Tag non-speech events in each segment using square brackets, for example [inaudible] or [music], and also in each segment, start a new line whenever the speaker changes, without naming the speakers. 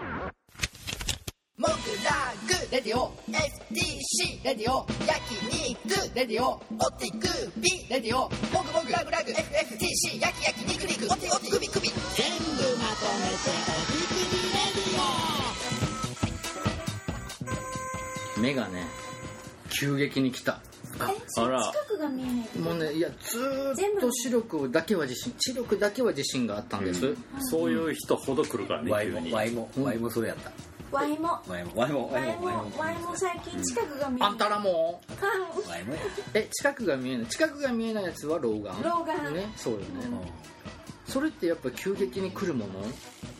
モグラグレディオ FTC レディオ焼肉レディオオティクビレディオモグモグラグラグ FFTC 焼き焼き肉肉オティオティクビクビ全部まとめて
目がね急激に来た
え
あら
近くが見えない
もうねいやずー
全
っ
部
と視力だけは自信視力だけは自信があったんです、
そういう人ほど来るからね
ワイ
急
も
に
ワイもワイもそれやった
ワイも
ワイもワイも
ワイもワイも最近近くが見えない
あんたらもう
は
ワイもや
え近くが見えない近くが見えないやつは老眼
老眼
ねそうよね、それってやっぱ急激に来るもの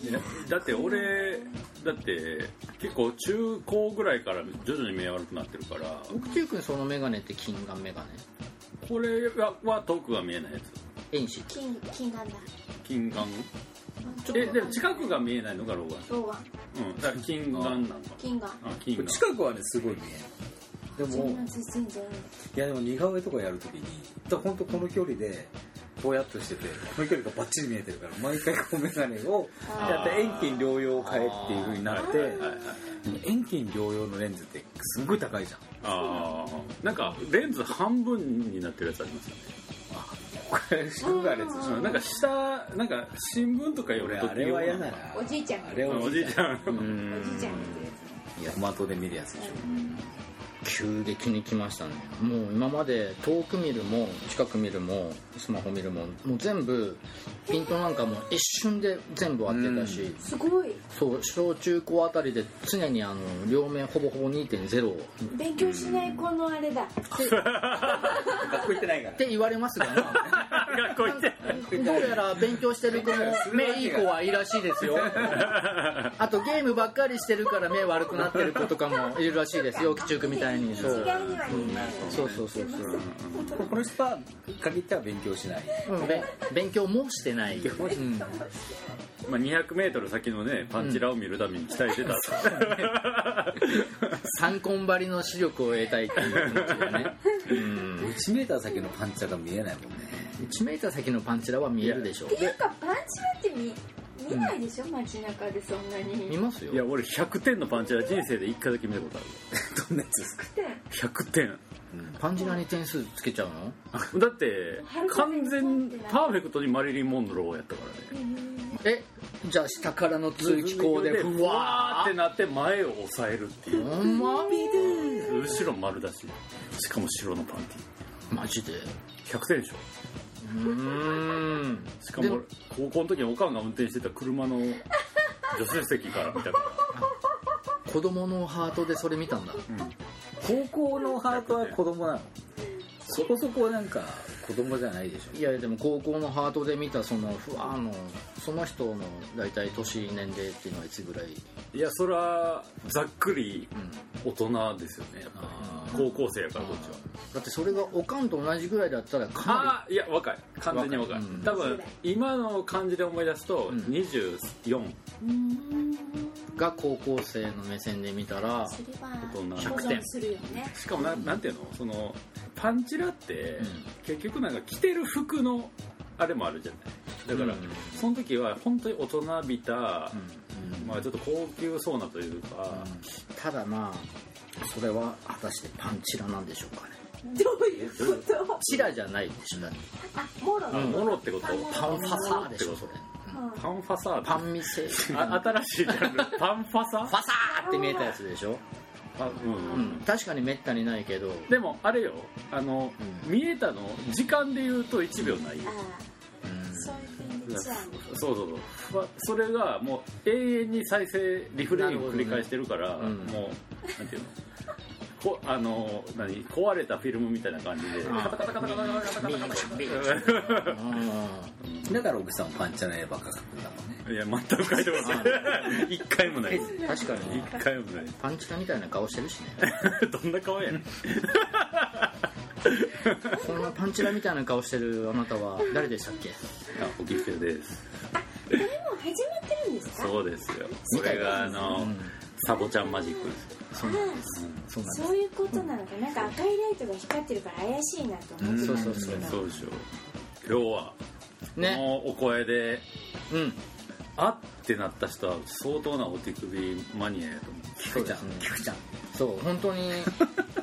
いやだって俺だって結構中高ぐらいから徐々に目悪くなってるから
奥中君その眼鏡って金眼眼鏡
これはは遠くが見えないや
遠視
い金金眼だ
つ近眼えでも近くが見えないのが老眼
老眼
うんだから近眼なんだ
金眼
あ近眼
近くはねすごい見えるで
そ
も
んな全然
いやでも似顔絵とかやるときにだから本当この距離でぼやっとしててこの距離がバッチリ見えてるから毎回こう眼鏡を
あー
やって遠近療養を変えっていう風になって
はいはいはいはい
遠近療養のレンズってすごい高いじゃん
ああなんかレンズ半分になってるやつありますよね
これすごいあれやつでしょ
うんなんか下なんか新聞とか読
俺
むと
あれは嫌だな
おじいちゃん
あれは
おじいち [laughs] ゃん
う
お
ん
じいちゃん
いやトマトで見るやつで
[laughs]
しょ
急激に来ましたねもう今まで遠く見るも近く見るもスマホ見るももう全部ピントなんかも一瞬で全部合ってたし、
すごい
そう小中高あたりで常にあの両面ほぼほぼ2.0っ
勉強しない子のあれだ
学校行ってないから
て言われますが、まあ
学校行って
どうやら勉強してる子も目いい子はいいらしいですよあとゲームばっかりしてるから目悪くなってる子とかもいるらしいですよ吉中君みたいにそ
違
う
いには見えない
そうそうそうそう
この人は限っては勉強しない
うんべ勉強もしてない、うん
まあ、200m 先のねパンチラを見るために鍛えてた、
三コンばりの視力を得たいっていう気持ちがね、うん、
1メーター先のパンチャが見えないもんね
1メーター先のパンチラは見えるでしょ
っていうかパンチラって見見ないでしょ街中でそんな
見
に
ますよ
いや俺100点のパンチラ人生で1回だけ見たことあ
どんなやつですか
る100点
パンチラに点数つけちゃうの
だって完全パーフェクトにマリリン・モンローやったからね
えじゃあ下からの通気口でふ
ー
わ
ってなって前を押さえるってい
ー
う
ほんま
後ろ丸だししかも白のパンテ
マジで
ィ100点でしょ
うーん
しかも俺
で
高校の時におかんが運転してた車の助手席から見たから
子供のハートでそれ見たんだ
高校のハートは子供なのそこそこなんか子供じゃないでし
いやでも高校のハートで見たそのふわーのその人の大体年年齢っていうのはいつぐらい
いやそれはざっくり
うん
大人ですよねやっぱり高校生やからこっちは
だってそれがおかんと同じぐらいだったらかなり
ああいや若い完全に若い
若いうん
多分今の感じで思い出すと
ん
24
うん
が高校生の目線で見たら
それは
大人
保存するよね
しかもななんていうのそのパンチラって
うん
結局なんか着てる服のあれもあるじゃないだから
うん
その時は本当に大人びた
うん
まあちょっと高級そうなというか
ただまあそれは果たしてパンチラなんでしょうかね
どういうこと
チラじゃないでしょだって
あモロ
あ
の
モロってこと
パンファサーでしょそれ
うん
パンファサー
パン [laughs] 店
あ新しいジャンル
[laughs]
パンファサ
ファサーって見えたやつでしょ、
あうんう
うんん、確かにめったにないけど
でもあれよあの、
うん
見えたの時間で言うと1秒ないよ、
あーそういう点でじゃあ
そうそうそうふわそれがもう永遠に再生リフレインを繰り返してるから
なるほどねうん
もうなんていうのこあの何壊れたフィルムみたいな感じでカタカタカタカタカタカタカタカタ
うん
ょだから奥さんパンチャの絵ばっか描くんだもんね
[laughs] いや全く書いてませ [laughs] ん一回もないです
確かに
一回もない [laughs] で
パンチラみたいな顔してるしね
すどんな顔やねん
こんなパンチラみたいな顔してるあなたは誰でしたっけ
あおきふけです
これもう始まってるんですか
そうですよそれがあの、
うん
サボちゃんマジックですよ
そうなんですそうなんで
そういうことなのかなんか赤いライトが光ってるから怪しいなと思ってたんですけど
そうでしょう今日は
すね
もうお声で
うん
あってなった人は相当なお手首マニアやと思う
そうですね菊ちゃんそう本当 [laughs] に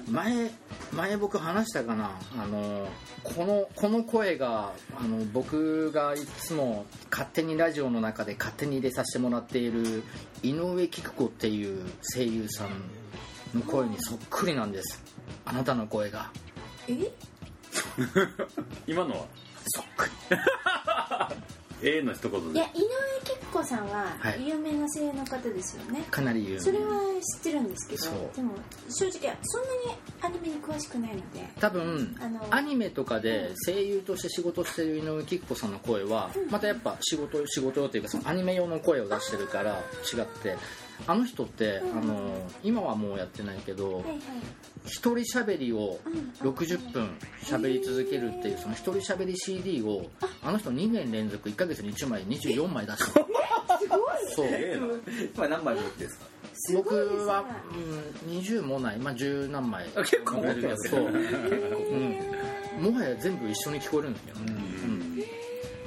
前前僕話したかなあのこのこの声があの僕がいつも勝手にラジオの中で勝手に入れさせてもらっている井上菊子っていう声優さんの声にそっくりなんですあなたの声が
え
今のは
そっくり
[laughs] A の一言
い
で
や井上貴子さんは
はい
有名な声優の方ですよね、
かなり有名
それは知ってるんですけ
そ
ど
う
でも正直そんなにアニメに詳しくないので
多分
あの
アニメとかで声優として仕事してる井上貴子さんの声はまたやっぱ仕事仕事用というかそのアニメ用の声を出してるから違ってあの人って
うん
あの今はもうやってないけど
はいはい
一人喋りを
うん
60分喋り続けるっていうその一人喋り CD をあの人2年連続1ヶ月に1枚24枚出す
[laughs] すごい
そう
えな
今何枚持ってるんですか
す
僕
ごいですね
は、うん、20もない、まあ、10何枚
結構持ってますす
そ
ね [laughs]
う
へ
もはや全部一緒に聞こえるんですよ、うん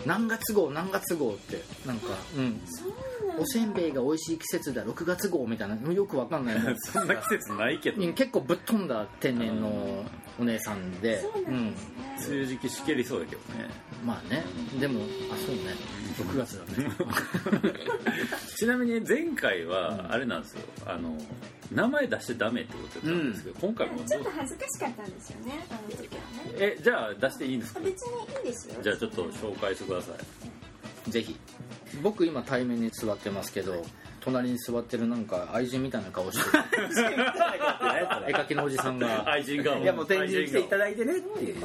何月号何月号ってなんか、うん、
ーそうなんだ
おせんべいが美味しい季節だ6月号みたいなよくわかんない
[laughs]
もう
そんな季節ないけど
うん
梅
結構ぶっ飛んだ天然のお姉さんで
そうなんですね、
雨時期しけりそうやけどね
うんまあねでもあそうね6月だ
[laughs]
ね
ちなみに前回はあれなんですよ、あの名前出してダメってことだったんですけど、今回もどう
ちょっと恥ずかしかったんですよねあの時はね
えじゃあ出していいんですか
別にいいですよ
じゃあちょっと紹介してください
ぜひ僕今対面に座ってますけど隣に座ってるなんか愛人みたいな顔して
[laughs]
る絵描きのおじさんが
愛人顔
いやもう展示に来ていた
だ
だいてねっていう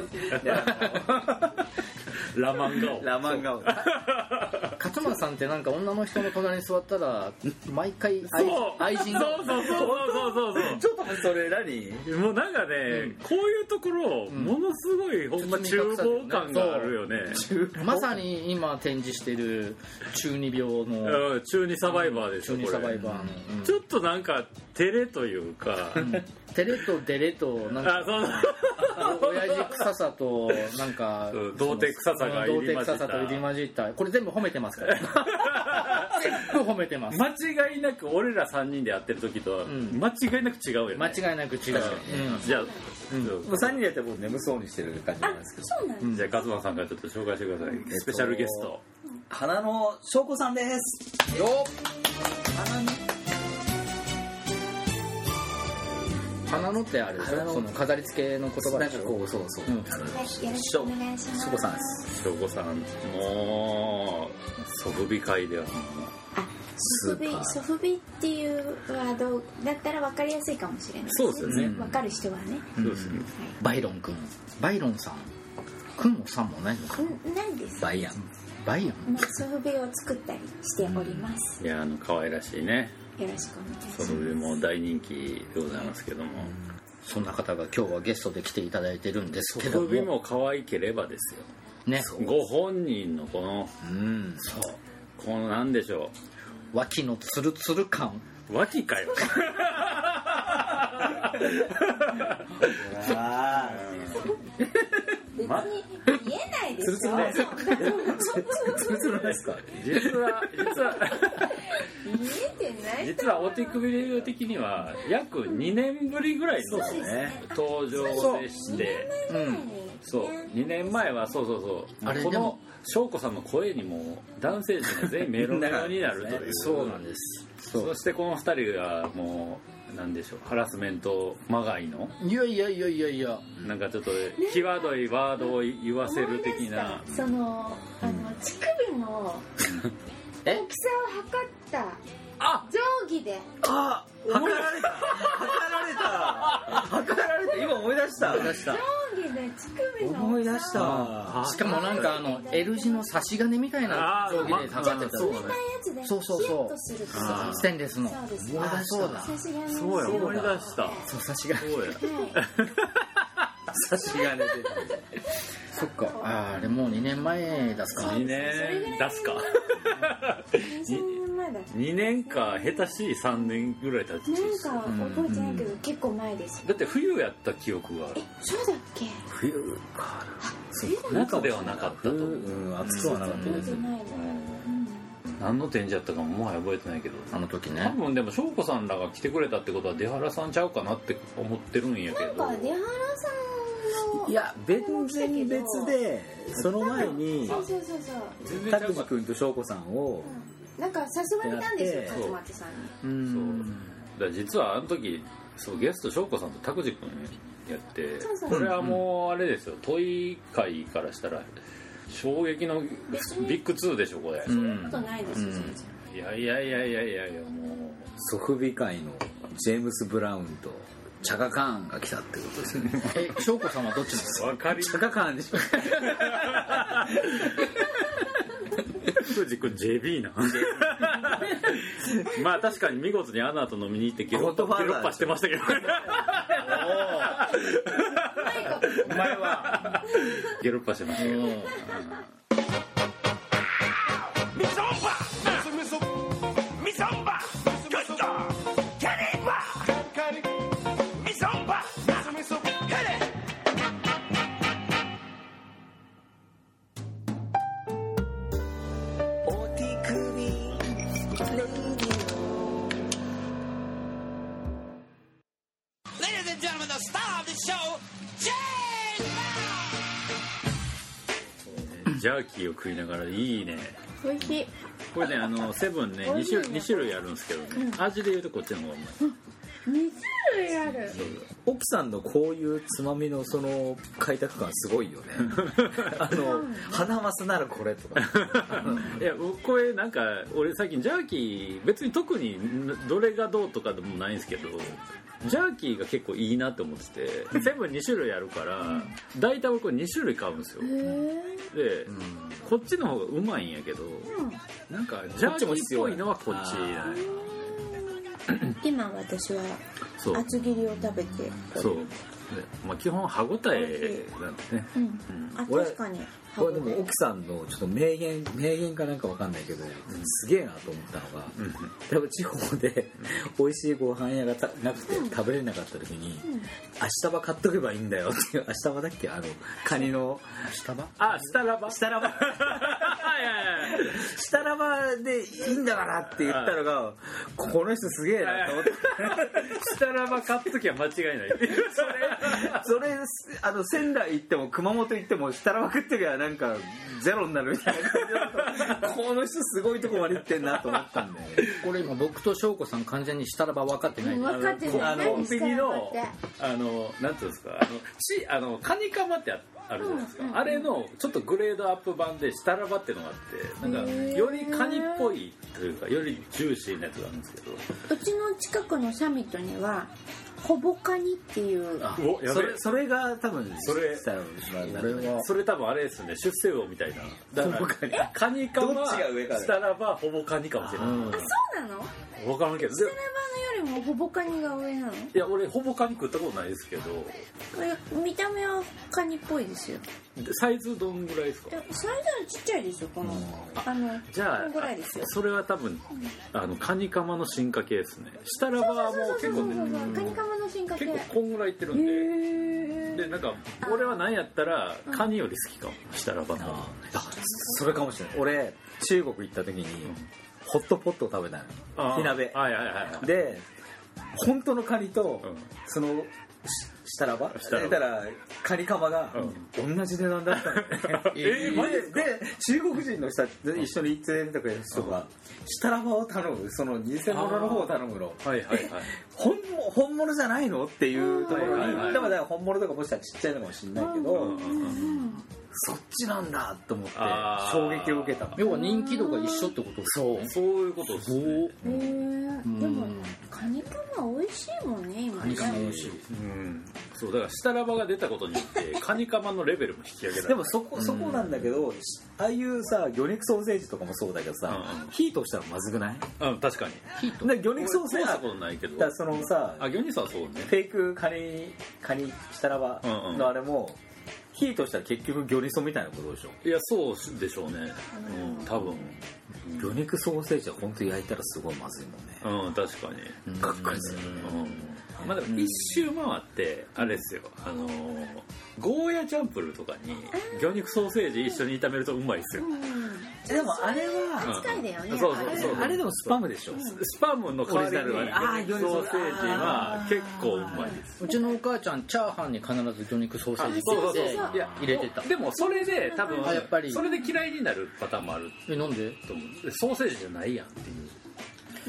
いや
ラマン顔
[laughs] ラマン顔
勝間さんってなんか女の人の隣に座ったら毎回愛
そう
愛人
そ
が
うそうそうそうそう
ちょっとそれ何
そうもうなんかね、こういうところものすごいほんま厨房感があるよね、
[laughs] まさに今展示してる中二病の
うん中二サバイバーでしょ
中
これ
二サバイバーの、うん
ちょっとなんか照れという [laughs] か、
テレとデレとなん
あ
か
そう
親父臭さとなんか
うん童貞臭さが入り混じった
童貞臭さと入り混じったこれ全部褒めてますから
[laughs]
全部褒めてます
間違いなく俺ら3人でやってる時とは
ん
間違いなく違うよね、
間違いなく違う、うん
じゃあ、
もう3人でやったら僕眠そうにしてる感じなんですけど
そうなんです、
じゃあ勝間さんからちょっと紹介してください、スペシャルゲスト
花の翔子さんですよ花に
花のってあれでしょ
花の
その飾り付けの言葉
なん
でし
か
ょ
こうそうそう、
うん
あの
はいよろしくお願いします
翔子さんです
翔子さんもうソフビ界ではもう
あソフビ
スーパー
ソフビっていうワードだったら分かりやすいかもしれない
そうですよね
分かる人はね、
そうですね
バイロン君バイロンさん君もさんもないのか
うん、ないです、
バイアン
バイロン
まあ、ソフビを作ったりしております、
いやあの可愛らしいね
よろしくお願いしま
ソ
す
フビも大人気でございますけども、
そんな方が今日はゲストで来ていただいてるんですけ
ソ
ど
フビ
も
も可愛ければですよ
ね
ご本人のこの
うん
そう
このなんでしょ
脇のツルツル感
う脇かよ
あ
別に見えないで
ツル
す
ツル
よ
ないですかツルツルないですか
[laughs] 実は実は
[laughs] 見えてない
実はお手首レディオ的には約2年ぶりぐらいの
そうですね
登場でして
う
うん
ん
そう2年前はそうそうそう
あれ
こ
で
の
も
翔子さんの声にも男性陣が全員メロメロになるという
そうなんですそ
そしてこの2人がもうなんでしょうハラスメントまがいの
ういやいやいやいやいや
なんかちょっと際どいワードを言わせる的な
思い出したそのあの乳首の
え
大きさを測った
あ
定規で
あ測られた測られた測られた今思い出した思い出した
定規で乳首の
思い出
大き
し
さを
た
しかもなんかあの L 字の差し金みたいな
あー
定規で
ま
測ってた
そう
冷たいやつで
そうそ
ヒ
う
ヤ
そ
ッ
う
とする
あー
ステンレスの
そうですね
あそうだ
差し金の
そうや思い出した
そう差し金
そうや
はい
差し金で
そっかあーあれもう2年前だすか
2年出すか
23年前だっ
2年か下手しい3年ぐらい経
た
ち
なんか覚えてないけど結構前ですよ
だって冬やった記憶があ
え
る
そうだっけ
冬か
冬だ
夏ではなかったと
うん暑くはなかった
覚え
です
てないのうん
何の展示やったかももはや覚えてないけど
あの時
多
ね
分でも翔子さんらが来てくれたってことは出原さんちゃうかなって思ってるんやけ
なん
ど
か出原さんの
いや別然別でその前に
そうそうそうそう
全然ちゃ
拓
うか
司君と翔子さんを
なんかさすがにいたんですよ
やって
勝俣さんに
う
そうだ
ん
から実はあの時そうゲスト翔子さんと拓司君やって
そうそう
これはもうあれですよ問い会からしたら衝撃のビ
別に
ッグ2でしょこれ、
う
そんなこと
ん
ないですよ、
うん
全然
いやいやいやいやいやいやもう
ソフビ界のジェームス・ブラウンとチャカカーンが来たってことですね
え翔子さんはどっちなんですか
分かり
チャカカーンでしょ
拓司君 JB なまあ確かに見事にアナと飲みに行ってゲロッ
ゴッドファーザー
ゲロッパしてましたけど
お前は
ゲロッパしてましたけどジャーキーを食いながらいいね
美味しい
これねあのセブンね
美
2
味しい
種
ね
二種類あるんですけどね味で言うとこっちの方がうまい
2種類ある
奥さんのこういうつまみのその開拓感すごいよねあの花マスならこれとか
いや僕これなんか俺最近ジャーキー別に特にどれがどうとかでもないんですけどジャーキーが結構いいなと思っててセブン2種類あるから大体僕2種類買うんですよ
へえ
でこっちの方がうまいんやけどなんかジャーキーっぽいのはこっち
あ
今私は
そう
厚切りを食べて
そうでまあ基本歯応えなんです [laughs] ね
うんあ
俺
確かに
これでも奥さんのちょっと名言名言かなんかわかんないけど、すげえなと思ったのが、
ん
多分地方で美味しいご飯屋がたなくて食べれなかった時に、明日場買っとけばいいんだよっていう明日場だっけあのカニの
下場
あスタラバい
下らば
やいやいや
下らばでいいんだからって言ったのがこの人すげえなと
[laughs]
思って
したらば買っときは間違いない
[laughs] それあの仙台行っても熊本行っても設楽食ってりゃなんかゼロになるみたいな
[laughs]
感じでこの人すごいとこまで行ってんなと思ったんだよね
これ今僕と翔子さん完全にしたらば分かってない
分かってる
あのコン
何
ビ
した
ニ
ら分か
の
って
あのなんていうんですかあのちあのカニカマってああるじゃないですか、あれのちょっとグレードアップ版でしたらばっていうのがあってなんか
へー
よりカニっぽいというかよりジューシーなやつがあるんですけど
うちの近くのサミットにはほぼカニっていう
あおや
そ
べ
れそれが多分
それ
設楽
こ
は
れは
それ多分あれですね出世魚みたいなだからカニカ
ど
マ
っちが上かだよ
したらばほぼカニかもしれ
うん
な
そうなのス
い分からんけどで
タラバのよりもほぼカニが上なの
いや俺ほぼカニ食ったことないですけど
え見た目はカニっぽいですよ
でサイズどんぐらいですか
でサイズはちっちゃいですよこのあの
じゃ
こ
あ
のぐらいですよ
それは多分あのカニカマの進化系ですねしたらばはもう
そうそ
結
う
構
そうそう
ね
カニカマの進化系
結構
へ
こんぐらいいってるん
え
ででなんか俺は何やったらカニより好きかもしたらばの
あそれかもしれない俺中国行った時にホットポットを食べたの
あー
火鍋
はいはいはいはい
で本当のカニと、
うん
そのししたらば
したらば
だからカニカマが同じ値段だったのね、
[laughs] えーマジ
でで中国人の人で一緒に連れてってくれる人がしたらばを頼むその偽物の方を頼むの
はいはいはい
本物本物じゃないのっていうところ
はいはい
に
はい
でもだから本物とかもしかしたらちっちゃいのかもしれないけ
う
ど
んうんうん
そっちなんだと思って
あー
衝撃を受けた
要は人気度が一緒ってことですね
そういうことですね
へえ
ん
でもカニカマ美味しいもんね今
カニカマ美
ね
味しい
うんそうだからしたらばが出たことによ
[laughs]
ってカニカマのレベルも引き上げられ
でもそこそこなんだけど、しああいうさ魚肉ソーセージとかもそうだけどさ、
うんうん
火通したらまずくない
うん確かに
で魚肉ソーセ
俺通した
ー
こ
ジ
とないけど
だそのさ
あ魚肉さんはそうね
フェイクカニカニしたらば
うんうん
のあれも、火通したら結局魚味噌みたいなことでしょ
いやそうでしょうねうん多分
魚肉ソーセージは本当焼いたらすごいまずいもんね、
うん確かに
うん
かっこいいっすよね
うんまあでも一周回ってあれですよあのーゴーヤチャンプルーとかに魚肉ソーセージ一緒に炒めるとうまいですよ
うん
でもあれは
扱いだよね
そうそうそう
あれでもスパムでしょ
スパムの代わり
オリジナ
に
ルはねあー魚肉
ソーセージは結構うまいです
うちのお母ちゃんチャーハンに必ず魚肉ソーセージ
そうそうそう
入れて
いや
入れてた
でもそれで多分
あやっぱり
それで嫌いになるパターンもある
えなんで
と思うでソーセージじゃないやんっていう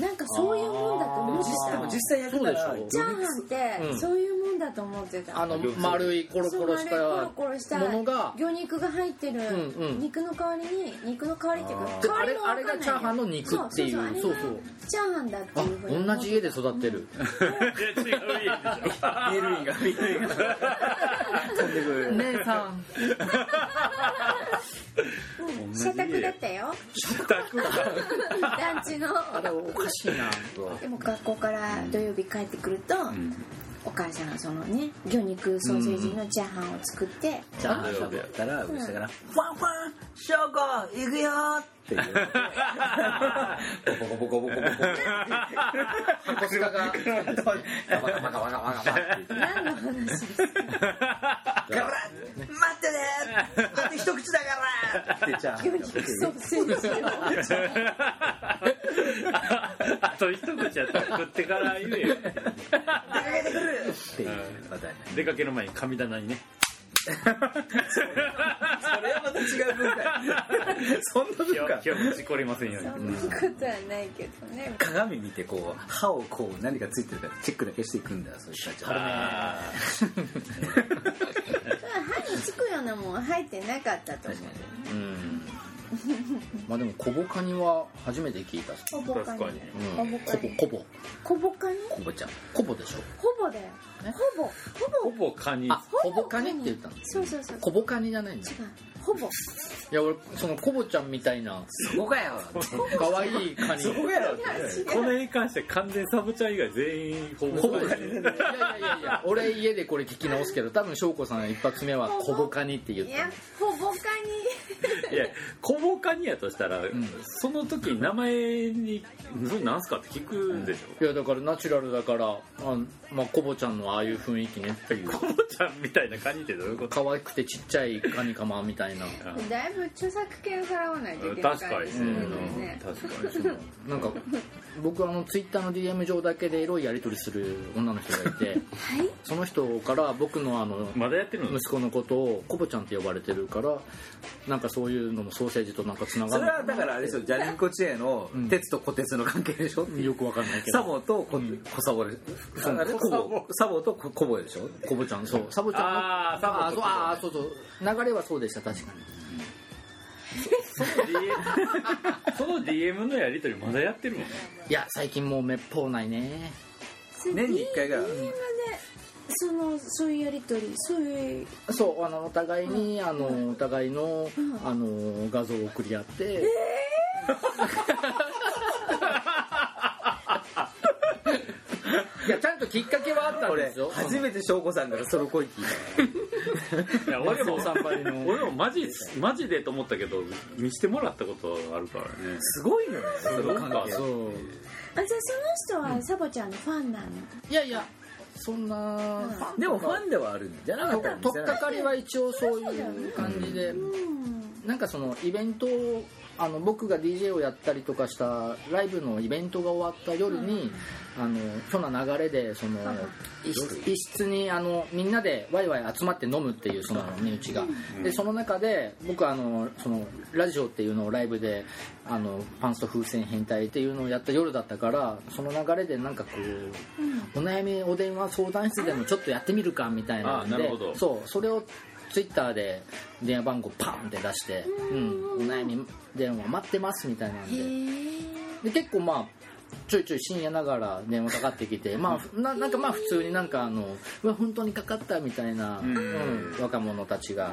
なんかそういうもんだと思って
で
た
も実際やったら
そうで
チャーハンっ
うん
てそういうもんだと思ってた
あの丸いコロコロし
そう丸いコロ
た
コロした
ものが
魚肉が入ってる
んうん
肉の代わりに肉の代わりっていう
で
か代
あ
わ
れ
りも
あれがチャーハンの肉っていう
そう
そ
そうう
そう
チャーハンだっていうふうに
あ同じ家で育ってる
いや違う [laughs]
ビルイがビルイが飛んでくる
姉さん
うん社宅だ [laughs] ったよ
[laughs]
団地の
あれおかしいな
でも学校から土曜日帰ってくると、
ん
お母さんがそのね魚肉ソーセージのチャーハンを作って、
じゃあ朝だったら上下から「ワンワン翔子行くよ!」って言うボコボコボコボコボコ
箱すがが
ガバガバガバガバガバって言って
何の話です
ガラッ待ってねあと一口だからってじゃあ
魚肉ソーセージを
あと一口やったら食ってから言えよ
っていうパターン
出かける前に神棚にね
それはまた違う文化そんな文
今
化
日今日も事故りませんよう
そ
に
んなことはないけどね
鏡見てこう歯をこう何かついてるかチェックだけしていくんだそういう人たちは
あ
歯につくようなもん入ってなかったと思う
うんまあでも小ボカニは初めて聞いた
ほぼかに
確かに
ほ
うん
ぼか
コボ
に
コボ
ほぼかに
コボちゃんコボでしょ
ほぼだよほぼ
ー
ほ
ほ
ぼ
ぼカニ
あコボカニって言ったの
そうそうそう
コボカニじゃないんだ
違うほぼ
いや俺そのコボちゃんみたいな
そこかよ
可愛いカニ
そこかよって
これに関して完全サブちゃん以外全員ほぼ
コボいやいやいやいや俺家でこれ聞き直すけど多分翔子さん一発目は「コボカニ」って言っ
い
た
やほぼか
いや小ボカニやとしたら、その時に名前に「それなんすか?」って聞くでしょ、
いやだからナチュラルだからあまあコボちゃんのああいう雰囲気ねっていう
コボちゃんみたいなカニってどういうこと
可愛くてちっちゃいカニカマみたいな
にだいぶ著作権さらわないといけない
確かに
です
そう
よ
いう
ね
の確かにそう
なんか僕あのツイッターの DM 上だけでエロいやり取りする女の人がいて
はい
その人から僕のあの
まだやってるの
息子のことをコボちゃんって呼ばれてるからなんかそういうのもソーセージとなんかつなが
それは
る
だからあれでしょジャニーコチエの
うん
鉄と小鉄の関係でしょ
よくわかんないけ
サ
ど
ボとコ小サボで
そう
あれ
コボ
コボサボとココボでしょ
コボちゃんそうサボちゃんの
あーサボ
あーそうあーそうそう流れはそうでした確かに
その DM のやり取りまだやってるもん
いや最近もうめっぽうないね
年に一回ぐらい
DM でそのそういうやり取りそういう
そうあのお互いにあのお互いの
ん
あの画像を送り合って [laughs] いやちゃんときっかけはあったん
俺
ですよ
初めて翔子さんからソロ恋聞い
[laughs]
いや俺も
松尾さんばり
[laughs]
の
俺もマジマジでと思ったけど見してもらったことあるからね
たすごいのよねその関係
あ
そう
じゃあその人はサボちゃんのファンなの
いやいやそんな
う
でもファンではあるんじゃなかったん
と取っかかりは一応そういう感じで
うん
なんかそのイベントをあの僕が DJ をやったりとかしたライブのイベントが終わった夜に、あのそんな流れでその一室一室にあのみんなでワイワイ集まって飲むっていうその身内が、でその中で僕はあのそのラジオっていうのをライブであのパンスト風船変態っていうのをやった夜だったからその流れでなんかこう、お悩みお電話相談室でもちょっとやってみるかみたいなんで
あなるほど
そうそれをツイッターで電話番号パンって出して、うん、お悩み電話待ってますみたいなん
へ
で
え
で結構まあちょいちょい深夜ながら電話かかってきてまあななんかまあ普通になんかあのうわ本当にかかったみたいな、うん若者たちが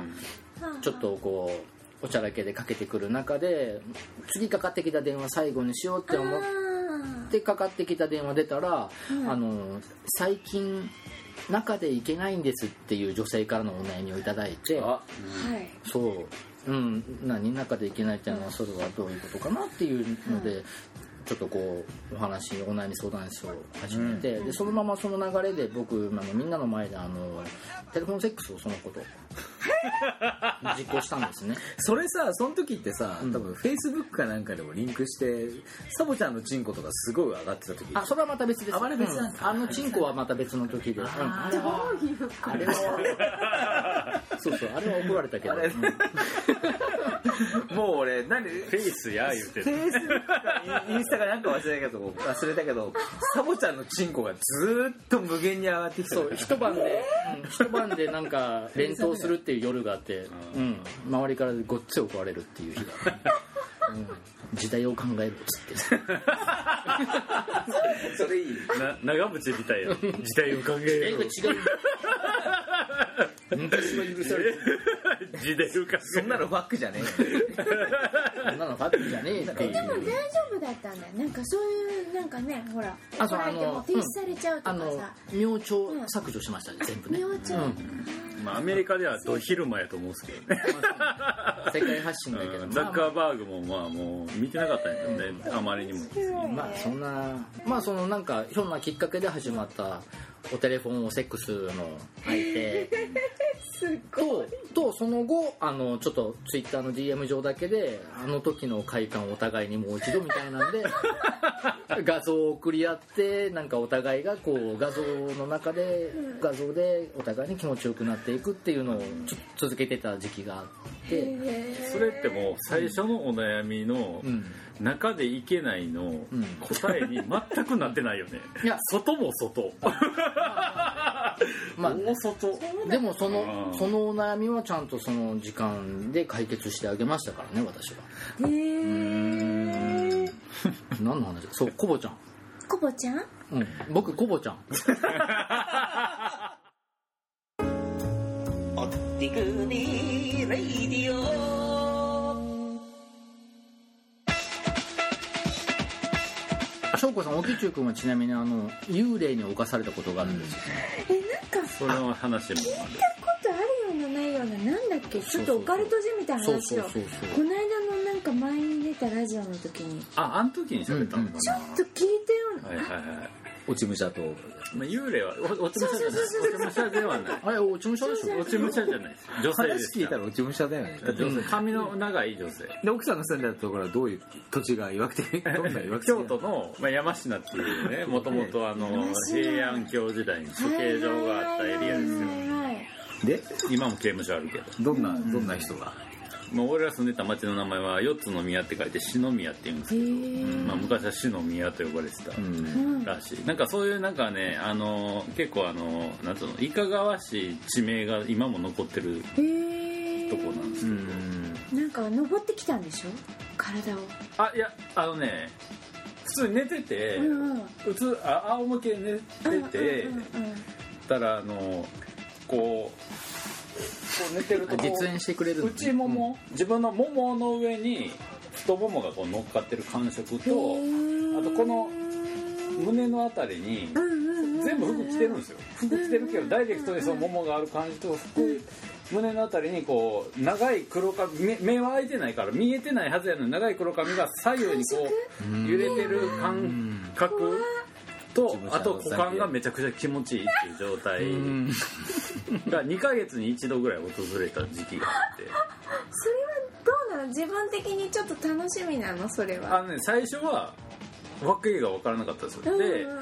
ちょっとこうおちゃらけでかけてくる中で次かかってきた電話最後にしようって思って。でかかってきた電話出たら、あの最近中で行けないんですっていう女性からのお悩みをいただいて
あ
はい
そう、うん、何中で行けないっていうのはそれはどういうことかなっていうので、ちょっとこうお話お悩み相談室を始めて、でそのままその流れで僕あのみんなの前であのテレフォンセックスをそのこと [laughs] 実行したんですね
それさその時ってさ多分フェイスブックかなんかでもリンクしてサボちゃんのチンコとかすごい上がってた時
あそれはまた別です
あまだ別なん
うんあのチンコはまた別の時で、うんあれはあれはそうそうあれは怒られたけど、
れ
[laughs] うん
もう俺何
フェイスや言って
フ
る
ェイスブックかインインスタかなんか忘れたけど忘れたけどサボちゃんのチンコがずーっと無限に上がってきて
そう一晩で、うん一晩でなんか連投するっていう夜があって、うん、周りからごっつい怒られるっていう日が、うん、時代を考えるっつって
それいい
な長渕みたいな時代を考え
時代
る
が違う昔は許されてる
[laughs] 時代を考
[laughs] そんなのバックじゃねえよ
そん [laughs] なのファッじゃねえってい
でも大
う
丈夫だったんだよなんかそういうなんかねほら
あ
怒
そう
られて
あ
も
の
停止されちゃうと
あ
か
の
さ
明朝削除しましたね全部ね
明朝
うん
えまあアメリカではド昼間やと思うんですけどね
世界発信だけど、
うんザッカーバーグもまあもう見てなかったんやけどねあまりにも
まあそんなまあそのなんかひょんなきっかけで始まったおテレフォンをセックスの相手ととその後あのちょっとツイッターの DM 上だけであの時の快感をお互いにもう一度みたいなんで画像を送り合ってなんかお互いがこう画像の中で画像でお互いに気持ちよくなっていくっていうのをちょっと続けてた時期があって、
それってもう最初のお悩みの
うん、
中でいけないの
うん
答えに全くなってないよね
いや
外も外
まあ
大外
でもそ
あ
の
ー
そのお悩みはちゃんとその時間で解決してあげましたからね私は何の話そうコボちゃん、
コボちゃん
うん、僕コボちゃん
おってくにレイディオ
翔子さんおきちゅうくんはちなみにあの幽霊に侵されたことがあるんですよ
えなんか
それの話もある
ことあるようなないようななんだっけちょっとオカルトじみたいな話を
そう
こ
そうそうそう
の間のなんか前に出たラジオの時に
ああの時に喋ったのか
ちょっと聞いたよう
な
な
はいはいはい
落ち武者と
まあ幽霊はお落ち武者じゃない落ち武者ではない
あれおうちの社でしょ
落ち武者じゃないです女性です
話聞いたら落ち武者だよねだって
女性髪の長い女性
で奥さんの住んでたところはどういう土地がいわく [laughs] てどんないわくて
京都の、まあ、山科っていうねもともとあの
山科
平安京時代に処刑場があったエリアです
は
よ
いはい
で
今も刑務所あるけど、
どんなどんな人が
まあ、俺ら住んでた町の名前は四つの宮って書いて四の宮って言うんです
へ
け
ー
ど、まあ、昔は四の宮と呼ばれてた
うん
らしいなんかそういうなんかねあの結構あのなんつうのいかがわしい地名が今も残ってる
へ
とこなんですけど、
えなんか登ってきたんでしょ体を
あいやあのね普通に寝てて、
う
うん
うん
つあ仰向けに寝てて、
うんうんうん
たらあのこうこう寝てると
あ
こう
実演してくれるの
内もも、自分のももの上に太ももがこう乗っかってる感触とあとこの胸のあたりに全部服着てるんですよ服着てるけどダイレクトにそのももがある感じと服胸のあたりにこう長い黒髪目目は開いてないから見えてないはずやのに長い黒髪が左右にこう揺れてる感覚とあと股間がめちゃくちゃ気持ちいいっていう状態が2ヶ月に1度ぐらい訪れた時期があって。
それはどうなの自分的にちょっと楽しみなのそれは
あのね最初は訳が分からなかったんですよ、で
うんうん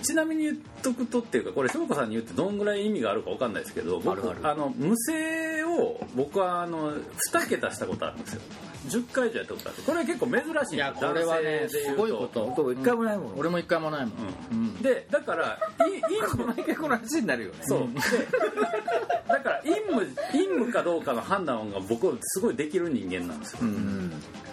ちなみに言っとくとっていうかこれ翔子さんに言ってどんぐらい意味があるか分かんないですけど僕
あるあ
の無声を僕はあの2桁したことあるんですよ10回以上やったことあってこれは結構珍しい
いやこれはねすごいこ、
男性で言う
と
と一回もないもん
俺も一回もないもん、うん
でだからいい
[laughs]
い
毎回この話になるよね
そうでだから陰夢陰夢かどうかの判断が僕はすごいできる人間なんですよ、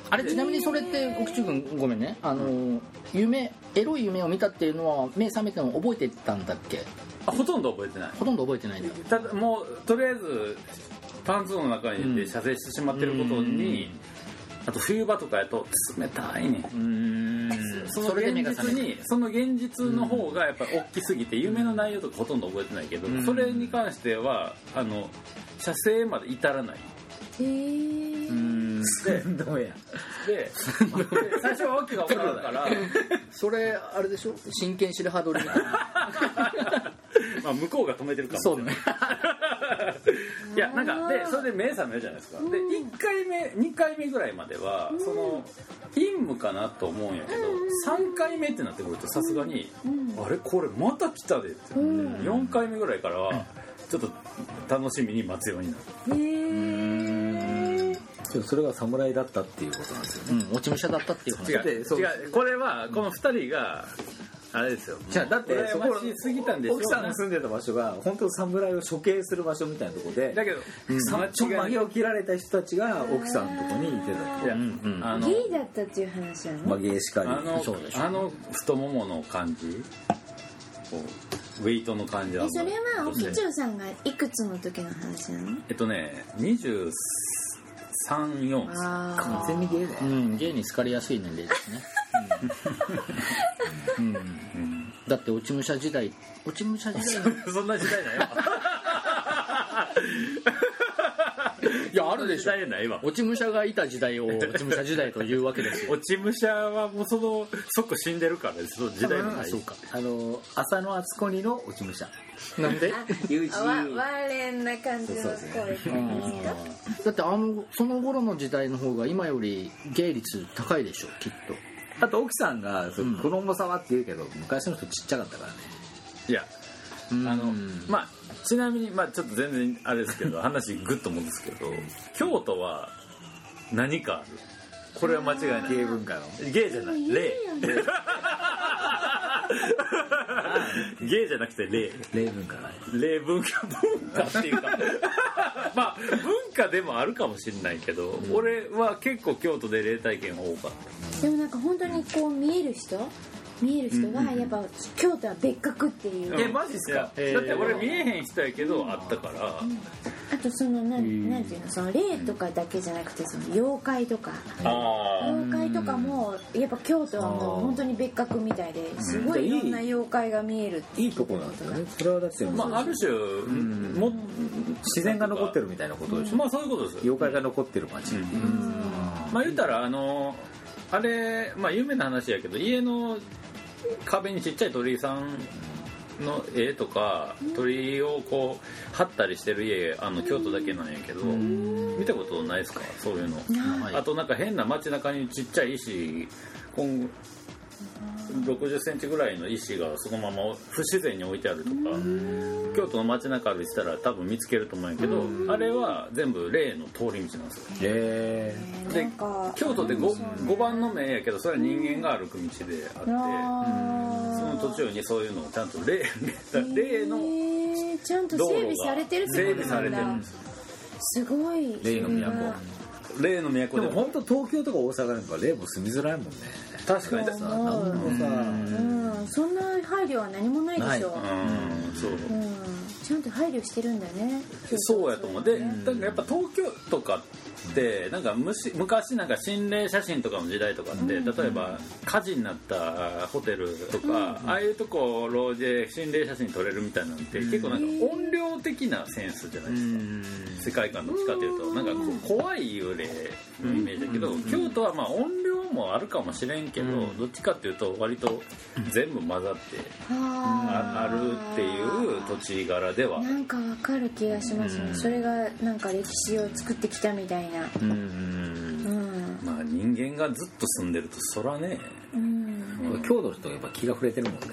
あれちなみにそれって奥中君ごめんねあの夢エロい夢を見たっていうのは目覚めても覚えてたんだっけ
あほとんど覚えてない
ほとんど覚えてないんだ
ただもうとりあえずパンツの中にで射精してしまってることに、あと冬場とかやと冷たいねその
そ
現
れで目が
実
覚め
にその現実の方がやっぱ大きすぎて夢の内容とかほとんど覚えてないけど、それに関してはあの射精まで至らない
へえ
で
どうや
[laughs]
で最初は訳が分からんから
それあれでしょ真剣白羽取りみたいな
まあ向こうが止めてるかも
[laughs] そうね
[laughs] いやなんかでそれで目覚めるじゃないですかで1回目2回目ぐらいまではその陰夢かなと思うんやけど3回目ってなってくるとさすがにあれこれまた来たでって4回目ぐらいからはちょっと楽しみに待つようになる
それが侍だったっていうことなんですよね
うん落ち武者だったっていう話
違う
でそう
違うこれはこの2人があれですよ
じゃあだって
そ
そ
こ
こ
しすぎたんでしょう
奥さんが住んでた場所が本当侍を処刑する場所みたいなとこで
だけど、
そのちょんまげを切られた人たちが奥さんのとこにいてた
いや
うんうん
あの
ゲイだったっていう話なの
とまげしかり
あの
そうでしょ
あの太ももの感じこうウェイトの感じは
えそれはおきちゅうさんがいくつの時の話なの
えっとね234です
あ
完全にゲーだよ
うん、芸に好かれやすい年齢ですね。うんうんだって落ち武者時代落ち武者時代の
そんな時代ないわ [laughs]
いやあるでし
時
ょ
代ないわ
落ち武者がいた時代を落ち武者時代というわけですよ
落ち武者はもうその即死んでるからですその時代のない
そうか
あの浅野敦子にの落ち武者
なんで
友
あわ我れんな感じの声ですか
だってあのその頃の時代の方が今より芸率高いでしょきっと
あと奥さんがそう
うん
子供様って言うけど昔の人ちっちゃかったからね
いや
うん
あのまあちなみにまあちょっと全然あれです [laughs] けど話グッと思うんですけど京都は何かあるこれは間違いない
芸文化の
ゲイじゃない霊ゲイじゃなくて霊
例文化が
霊文化文化っていうか [laughs] まあ文化でもあるかもしれないけど、俺は結構京都で霊体験多かっ
でもなんか本当にこう見える人見える人はやっぱ京都は別格っていう、
た
えマジっすか
いやだって俺見えへん人やけど、あったから、
あとそのなんなんていうのその霊とかだけじゃなくてその妖怪とか
あ
妖怪とかもやっぱ京都はもう本当に別格みたいですごいいろんな妖怪が見える
いいとこなんですよねそれはだって
まあある種、も
自然が残ってるみたいなことでしょ
まあそういうことですよ
妖怪が残ってる街っていう
まあ言うたらあのあれまあ有名な話やけど家の壁にちっちゃい鳥居さんの絵とか鳥居をこう貼ったりしてる家あの京都だけなんやけど見たことないですかそういうの
はい
あとなんか変な街中にちっちゃい石今後60センチぐらいの石がそのまま不自然に置いてあるとか京都の街中歩いてたら多分見つけると思うんやけどあれは全部霊の通り道なんですよ
へ
で
なんか
京都で 5, 五番の目やけどそれは人間が歩く道であって、
あー
その途中にそういうのをちゃんと例例の
へーちゃんと整
道
備
路が
されてるって
整
こ
備
と
さ
な
れ
ん
てるん
だ
ですよ
すごい
霊の
それ
都
は
例の
で
都で
も
も
本当東京とか大阪なんか霊も住みづらいもんね
確かに
さ
うん
なんもさ
うんそんな配慮は何もないでしょう
うんそう
うんちゃんと配慮してるんだね
そうやと思うでだからやっぱ東京とかってなんかむし昔なんか心霊写真とかの時代とかって例えば火事になったホテルとかああいうところで心霊写真撮れるみたいなんて結構なんか音量的なセンスじゃないですか世界観どっちかというとなんかこう怖い幽霊のイメージだけど京都はまあ音量もあるかもしれんけどどっちかというと割と全部混ざってあ
あ
あるっていう土地柄では
なんかわかる気がしますねそれがなんか歴史を作ってきたみたいなうん
まあ人間がずっと住んでるとそらね
うん
郷土の人がやっぱ気が触れてるもんね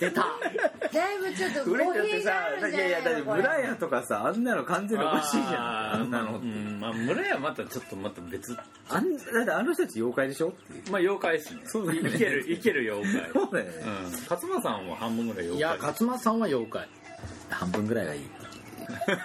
だいぶちょっ
[laughs]
と語弊があるんじゃないのこれ
村屋とかさあんなの完全におかしいじゃんあんなの
うんまあ村屋またちょっとまた別
あんだってあの人たち妖怪でしょっていう
まあ妖怪ですね
そうだね
生ける生ける
[laughs]
妖怪
そうだよね
うん勝間さんも半分ぐらい
い
妖
や
怪
勝間さんは妖怪
半分ぐらいがいい
半分ぐらい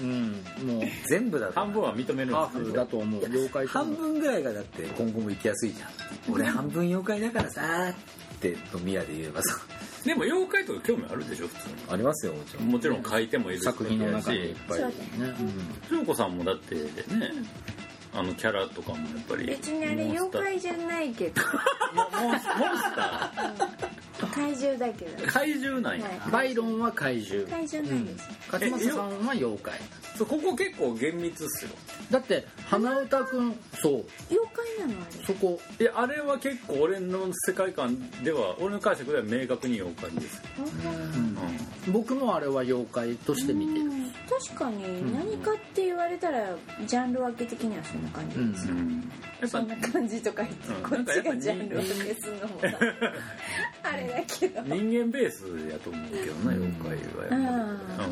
うんもう
全部だと
半分は認める
ハ
ん
ー
です
フ
けど
だと思う妖怪と
半
思う
分ぐらいがだって今後も行きやすいじゃん俺半分妖怪だからさって飲み屋で言えばさ
でも妖怪とか興味あるでしょ普通に
ありますよもちろん
もちろん書いてもいるし
作品の中にいっぱい
そう
ね
だね
翔子さんもだってねあのキャラとかもやっぱり
別にあれ
モン
妖
スター
怪じゃないけど
モンモンスター
か
怪獣だけど
怪獣なんや、
はい
バイロンは怪獣
怪獣なんです、
勝間さんは妖怪
そうここ結構厳密っすよ
だって花歌くんそう
妖怪なのあれ
そこ
いやあれは結構俺の世界観では俺の解釈では明確に妖怪です、
僕もあれは妖怪として見てる
うん確かに何かって言われたらジャンル分け的にはそんな感じ
うん
ですよ、
やっ
そ
ぱ
んな感じとか言って、
うん
こっ
なん
ち
かやっ
が
ぱ
ジャンル分けするのもさあれだけど
人間ベースやと思うけどな妖怪はやっぱ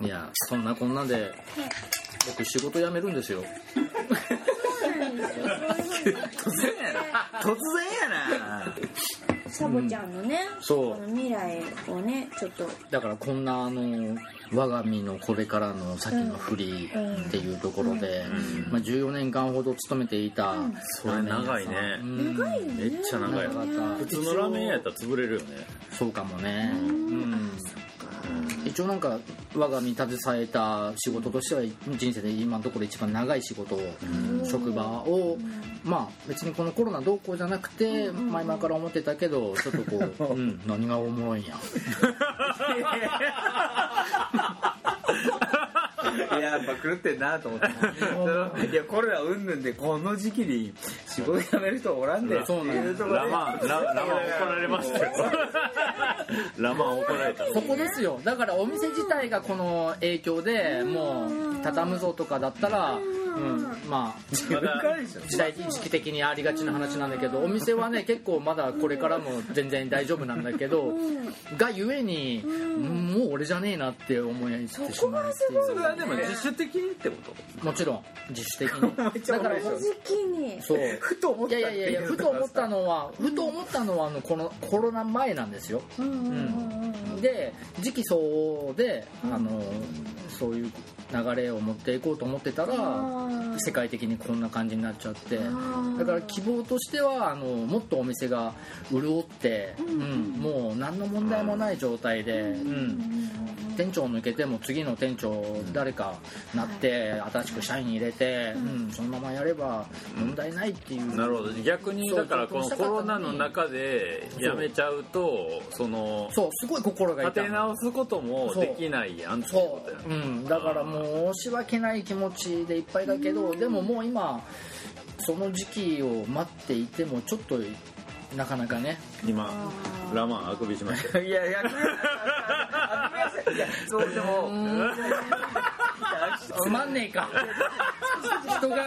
り、
いやそんなこんなんで僕仕事辞めるんですよ
突然やな突然やな
サボちゃんのね、
そう
この未来をねちょっと
だからこんなあの我が身のこれからの先のフリーっていうところで、まあ、14年間ほど勤めていた、
それ長いね、
うん
長いよね
めっちゃ長い
長か
わ
った
普通のラーメン屋やったら潰れるよね
そうかもねうん一応なんか我が身立てさえた仕事としては人生で今のところ一番長い仕事を職場をまあ別にこのコロナどうこうじゃなくて前々から思ってたけどちょっとこう、 [laughs] うん、何がおもろいんや
いややっぱ狂ってんなと思っていやコロナうんぬんでこの時期に仕事辞める人おらんでって
そうなんや
いうところ
ラ
で
マンララマン怒られましたよラマン怒られた
ここですよだからお店自体がこの影響でもう畳むぞとかだったら、うん、まあ
自分からでしょ
時代時期的にありがちな話なんだけどお店はね結構まだこれからも全然大丈夫なんだけどがゆえにもう俺じゃねえなって思いてしまうっていう
それはでも自主的にってこと
もちろん自主的に
[laughs] めっちゃ
だか
面白い
ら
でしょ
時期に
そう
ふと思っ
い
た
や
っ
い
て
やいやいや
いう
ふと思ったのはふと思ったのはあのこのコロナ前なんですよ
うんうんうんうん
で時期相応であのそういう流れを持っていこうと思ってたら
あ
世界的にこんな感じになっちゃって
ー
だから希望としてはあのもっとお店が潤って、うんもう何の問題もない状態で、うん店長抜けても次の店長誰かなって、新しく社員入れて、うんそのままやれば問題ないっていう。
なるほど逆に
そう
だからこのコロナの中で
そう
やめちゃうとその
そうすごい心が
立
痛む
て直すことも
そう
できないやんってこ
そ
とや
う、うん、だからもう申し訳ない気持ちでいっぱいだけどでももう今その時期を待っていてもちょっとなかなかね
今ラマンあくびしましたよ
いやいや、いや、そうでも、
つまんねえか人が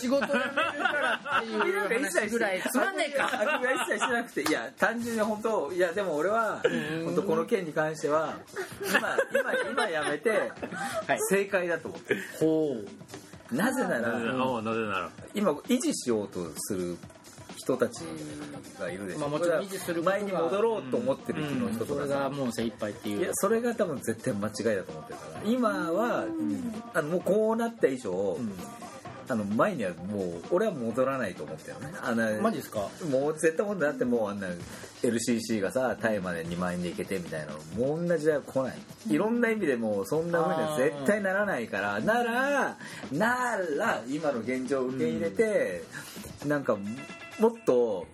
仕事辞めるからっていう話ぐらいつまんねえか
悪が一切してなくて、いや、単純に本当、いや、でも俺は、本当この件に関しては、今、今、今やめて、正解だと思ってる。
ほう
なぜな
なぜな
ら、
らあなぜなら
今、維持しようとする人たちがいるでしょ。
まあもちろん維持することが
前に戻ろうと思ってる人の
うん
人と
そ
か
れ
さ
がもう精一杯ってい
いうやそれが多分絶対間違いだと思ってるから今は、あのもうこうなった以上、あの前にはもう俺は戻らないと思ってるのねあの
マジですか
もう絶対もんだってもうあんな LCC がさタイまで2万円で行けてみたいなのもう同じ時代は来ないいろんな意味でもうそんな風には絶対ならないからならなら今の現状を受け入れて、なんかもっと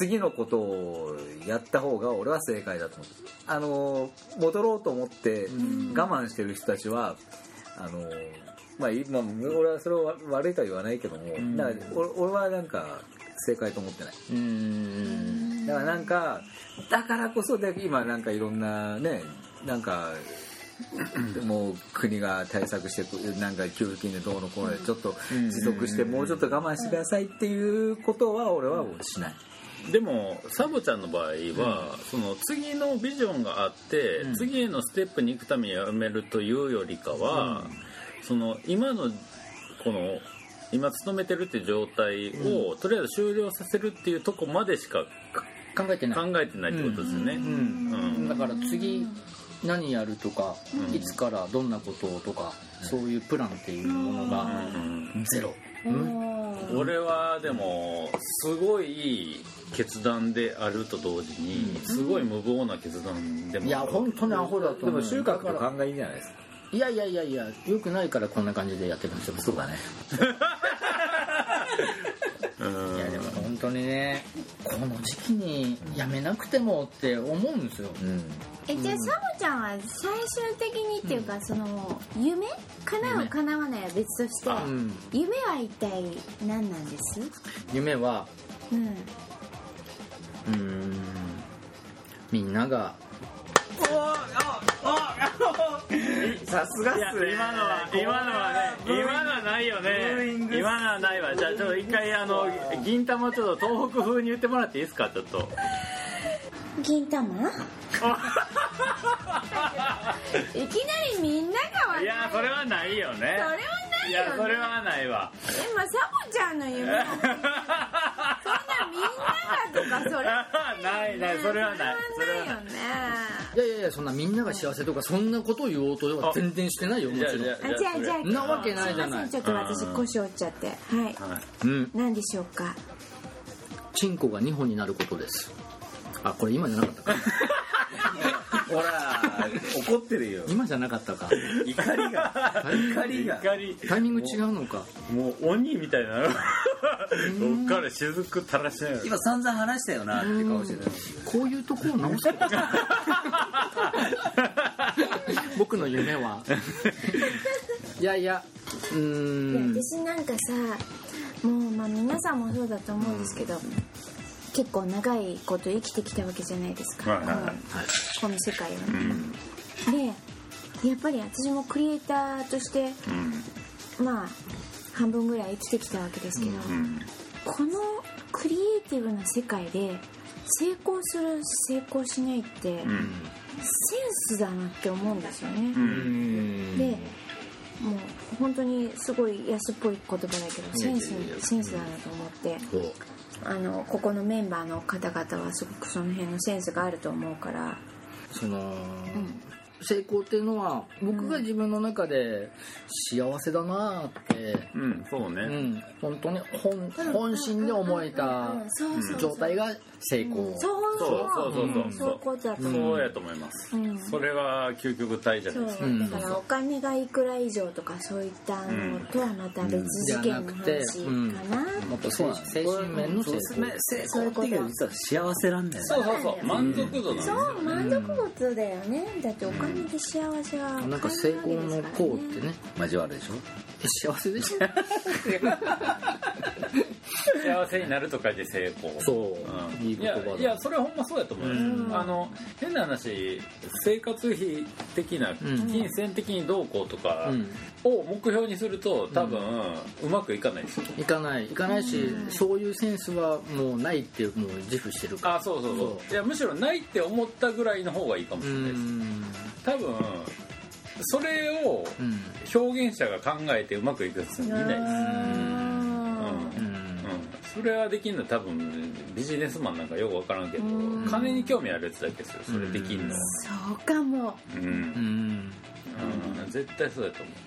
次のことをやった方が俺は正解だと思うあの戻ろうと思って我慢してる人たちはあのまあ今俺はそれを悪いとは言わないけども、だから俺俺はなんか正解と思ってない
うん
だからなんかだからこそで今なんかいろんなねなん [clears throat] かもう国が対策してくなんか給付金でどうのこうのでちょっと持続してもうちょっと我慢してくださいっていうことは俺はしない。
でもサボちゃんの場合は、その次のビジョンがあって、次へのステップに行くためにやめるというよりかは、その今のこの今勤めてるって状態を、とりあえず終了させるっていうとこまでしか
考えてない
考えてないってことですよね。
うん、だから次何やるとか、いつからどんなことをとか、そういうプランっていうものがゼロ、
俺はでもすごいいい決断であると同時にすごい無謀な決断でも
いや
ある
本当にアホだと
で
思う
も収穫
だ
と
から
考えいいんじゃないですか。
いやいやいやいやよくないからこんな感じでやってるんですよ
そうだね。
いやでも本当にねこの時期にやめなくてもって思うんですよ
うん
えじゃあサボちゃんは最終的にっていうか、その夢叶う叶わないは別として、
うん
夢は一体何なんです
夢は
うん
うーんみんなが
さすがっ
いや
すね
今のは今のはね
ブーイング
今のはないよね
ブーイング
今のはないわじゃあちょっと一回あの銀玉ちょっと東北風に言ってもらっていいですかちょっと
銀玉
いきなりみんなが笑
いやそれはないよね
それはない
い
よね
やそれはないわ
今サボちゃんの夢をそんなみんながとかそれは
ないないそれはない
それはないよね
いやいやいやそんなみんなが幸せとかそんなことを言おうとは全然してないよもち
じゃあ
ろ
じゃ
ん
あ
あじゃあじゃあ
んなわけないじゃ
すいま
な
せん
い
ちょっと私腰折っちゃってはい
うん
何でしょうか
チンコが2本になることですあこれ今じゃなかったか
ほら怒ってるよ
今じゃなかったか
怒りが怒りが
怒り
タイミング違うのか
もう鬼みたいになるそっから雫垂らしながら
今散々話したよなっていう顔してた
こういうとこを
[laughs]
直すことか僕の夢はいやいやうーん
私なんかさもうまあ皆さんもそうだと思うんですけど、結構長いこと生きてきたわけじゃないですか、
はいはいはい
このこの世界をね、でやっぱり私もクリエイターとしてまあ半分ぐらい生きてきたわけですけど、このクリエイティブな世界で成功する成功しないって、センスだなって思うんですよね、でもう本当にすごい安っぽい言葉だけどセンスセンスだなと思ってあのここのメンバーの方々はすごくその辺のセンスがあると思うから
その、成功っていうのは僕が自分の中で幸せだなって、
うんそう
う
ね
ん、本当に本本心で思えた
うんそうそうそう
状態が成功
そう
そ
そう
そう
う
そうそう
そういうことだと思う、
そうやと思います
うん
それは究極大じゃないです
そ
か
うだからお金がいくら以上とかそういったのとはまた別事件の話かな、
もっと精神精神面の成功
成功っていう実は幸せなんだよね
そうそう満足度な
そ
の
う満足物だよねだってお金で幸せは
なんか成功の功ってね
交わるでしょ
幸せでしょ
幸せになると書いて成功
そういい言葉だ
やいやそれほんまそうやと思います、
うん
あの変な話生活費的な
うん
金銭的にどうこうとか
うん
を目標にすると多分うまくいかないですよ、
いかないいかないし、そういうセンスはもうないってもう自負してるから
あそうそうそういやむしろないって思ったぐらいの方がいいかもし
う
れないです、
ん
多分それを
うん
表現者が考えてうまくいくやつ見ないです、うん
うん
うん、それはできんの多分ビジネスマンなんかよく分からんけど金に興味あるやつだけですよそれできんの
そうかも
うん、
うん
うん絶対そうだと思う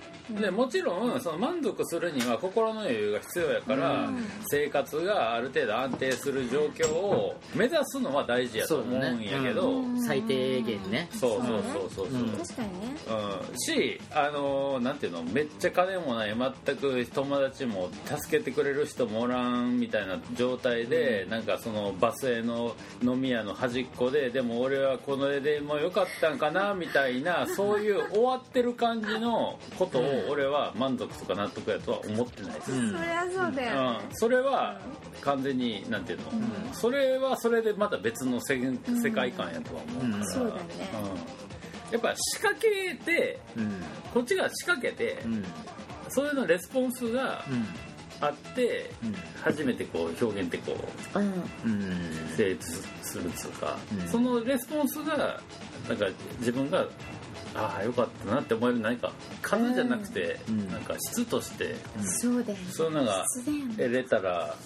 でもちろんその満足するには心の余裕が必要やから生活がある程度安定する状況を目指すのは大事やと思うんやけど
うん最低限ね
そうそうそうそうそう
確かにね
うん、し、あのーなんていうのめっちゃ金もない全く友達も助けてくれる人もおらんみたいな状態で、なんかそのバスへの飲み屋の端っこででも俺はこの絵でもうよかったんかなみたいなそういう終わってる感じのことを俺は満足とか納得やとは思ってないです、
そりゃそうだよ、
うん、それは完全になんていうの、それはそれでまた別の世世界観やとは思うから、
そうだね
うんやっぱ仕掛けて
うん
こっちが仕掛けて、
うん
そういうのレスポンスが
うん
あって、
ん
初めてこう表現ってこう
うん
うん
成立するっつうか、
ん
そのレスポンスがなんか自分がああよかったなって思える何か数じゃなくて、
ん
なんか質として、
そうだよね
そういうのが
必然
得れたら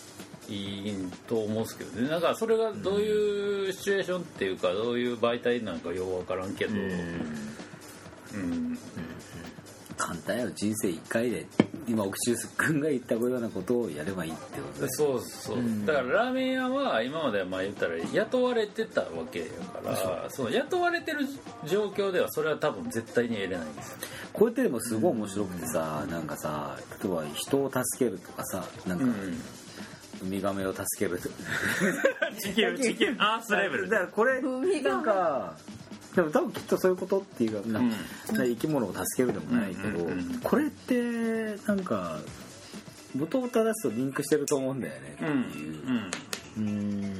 いいと思うんですけどねなんかそれがどういうシチュエーションっていうかどういう媒体なんかようわからんけど、うん
簡単やろ人生一回で今奥州君が言ったようなことをやればいいってことです
そうそう、だからラーメン屋は今まではまあ言ったら雇われてたわけやからその雇われてる状況ではそれは多分絶対に得れないんですよ
こうやってでもすごい面白くてさなんかさ例えば人を助けるとかさなんか
うん
ウミガメを助ける
地球地球アースレベル
だからこれなんかでも多分きっとそういうことっていうかなんか生き物を助けるでもないけど、
うんうんうん
これってなんか元を正すとリンクしてると思うんだよねって
うんう
いう、
ん
うん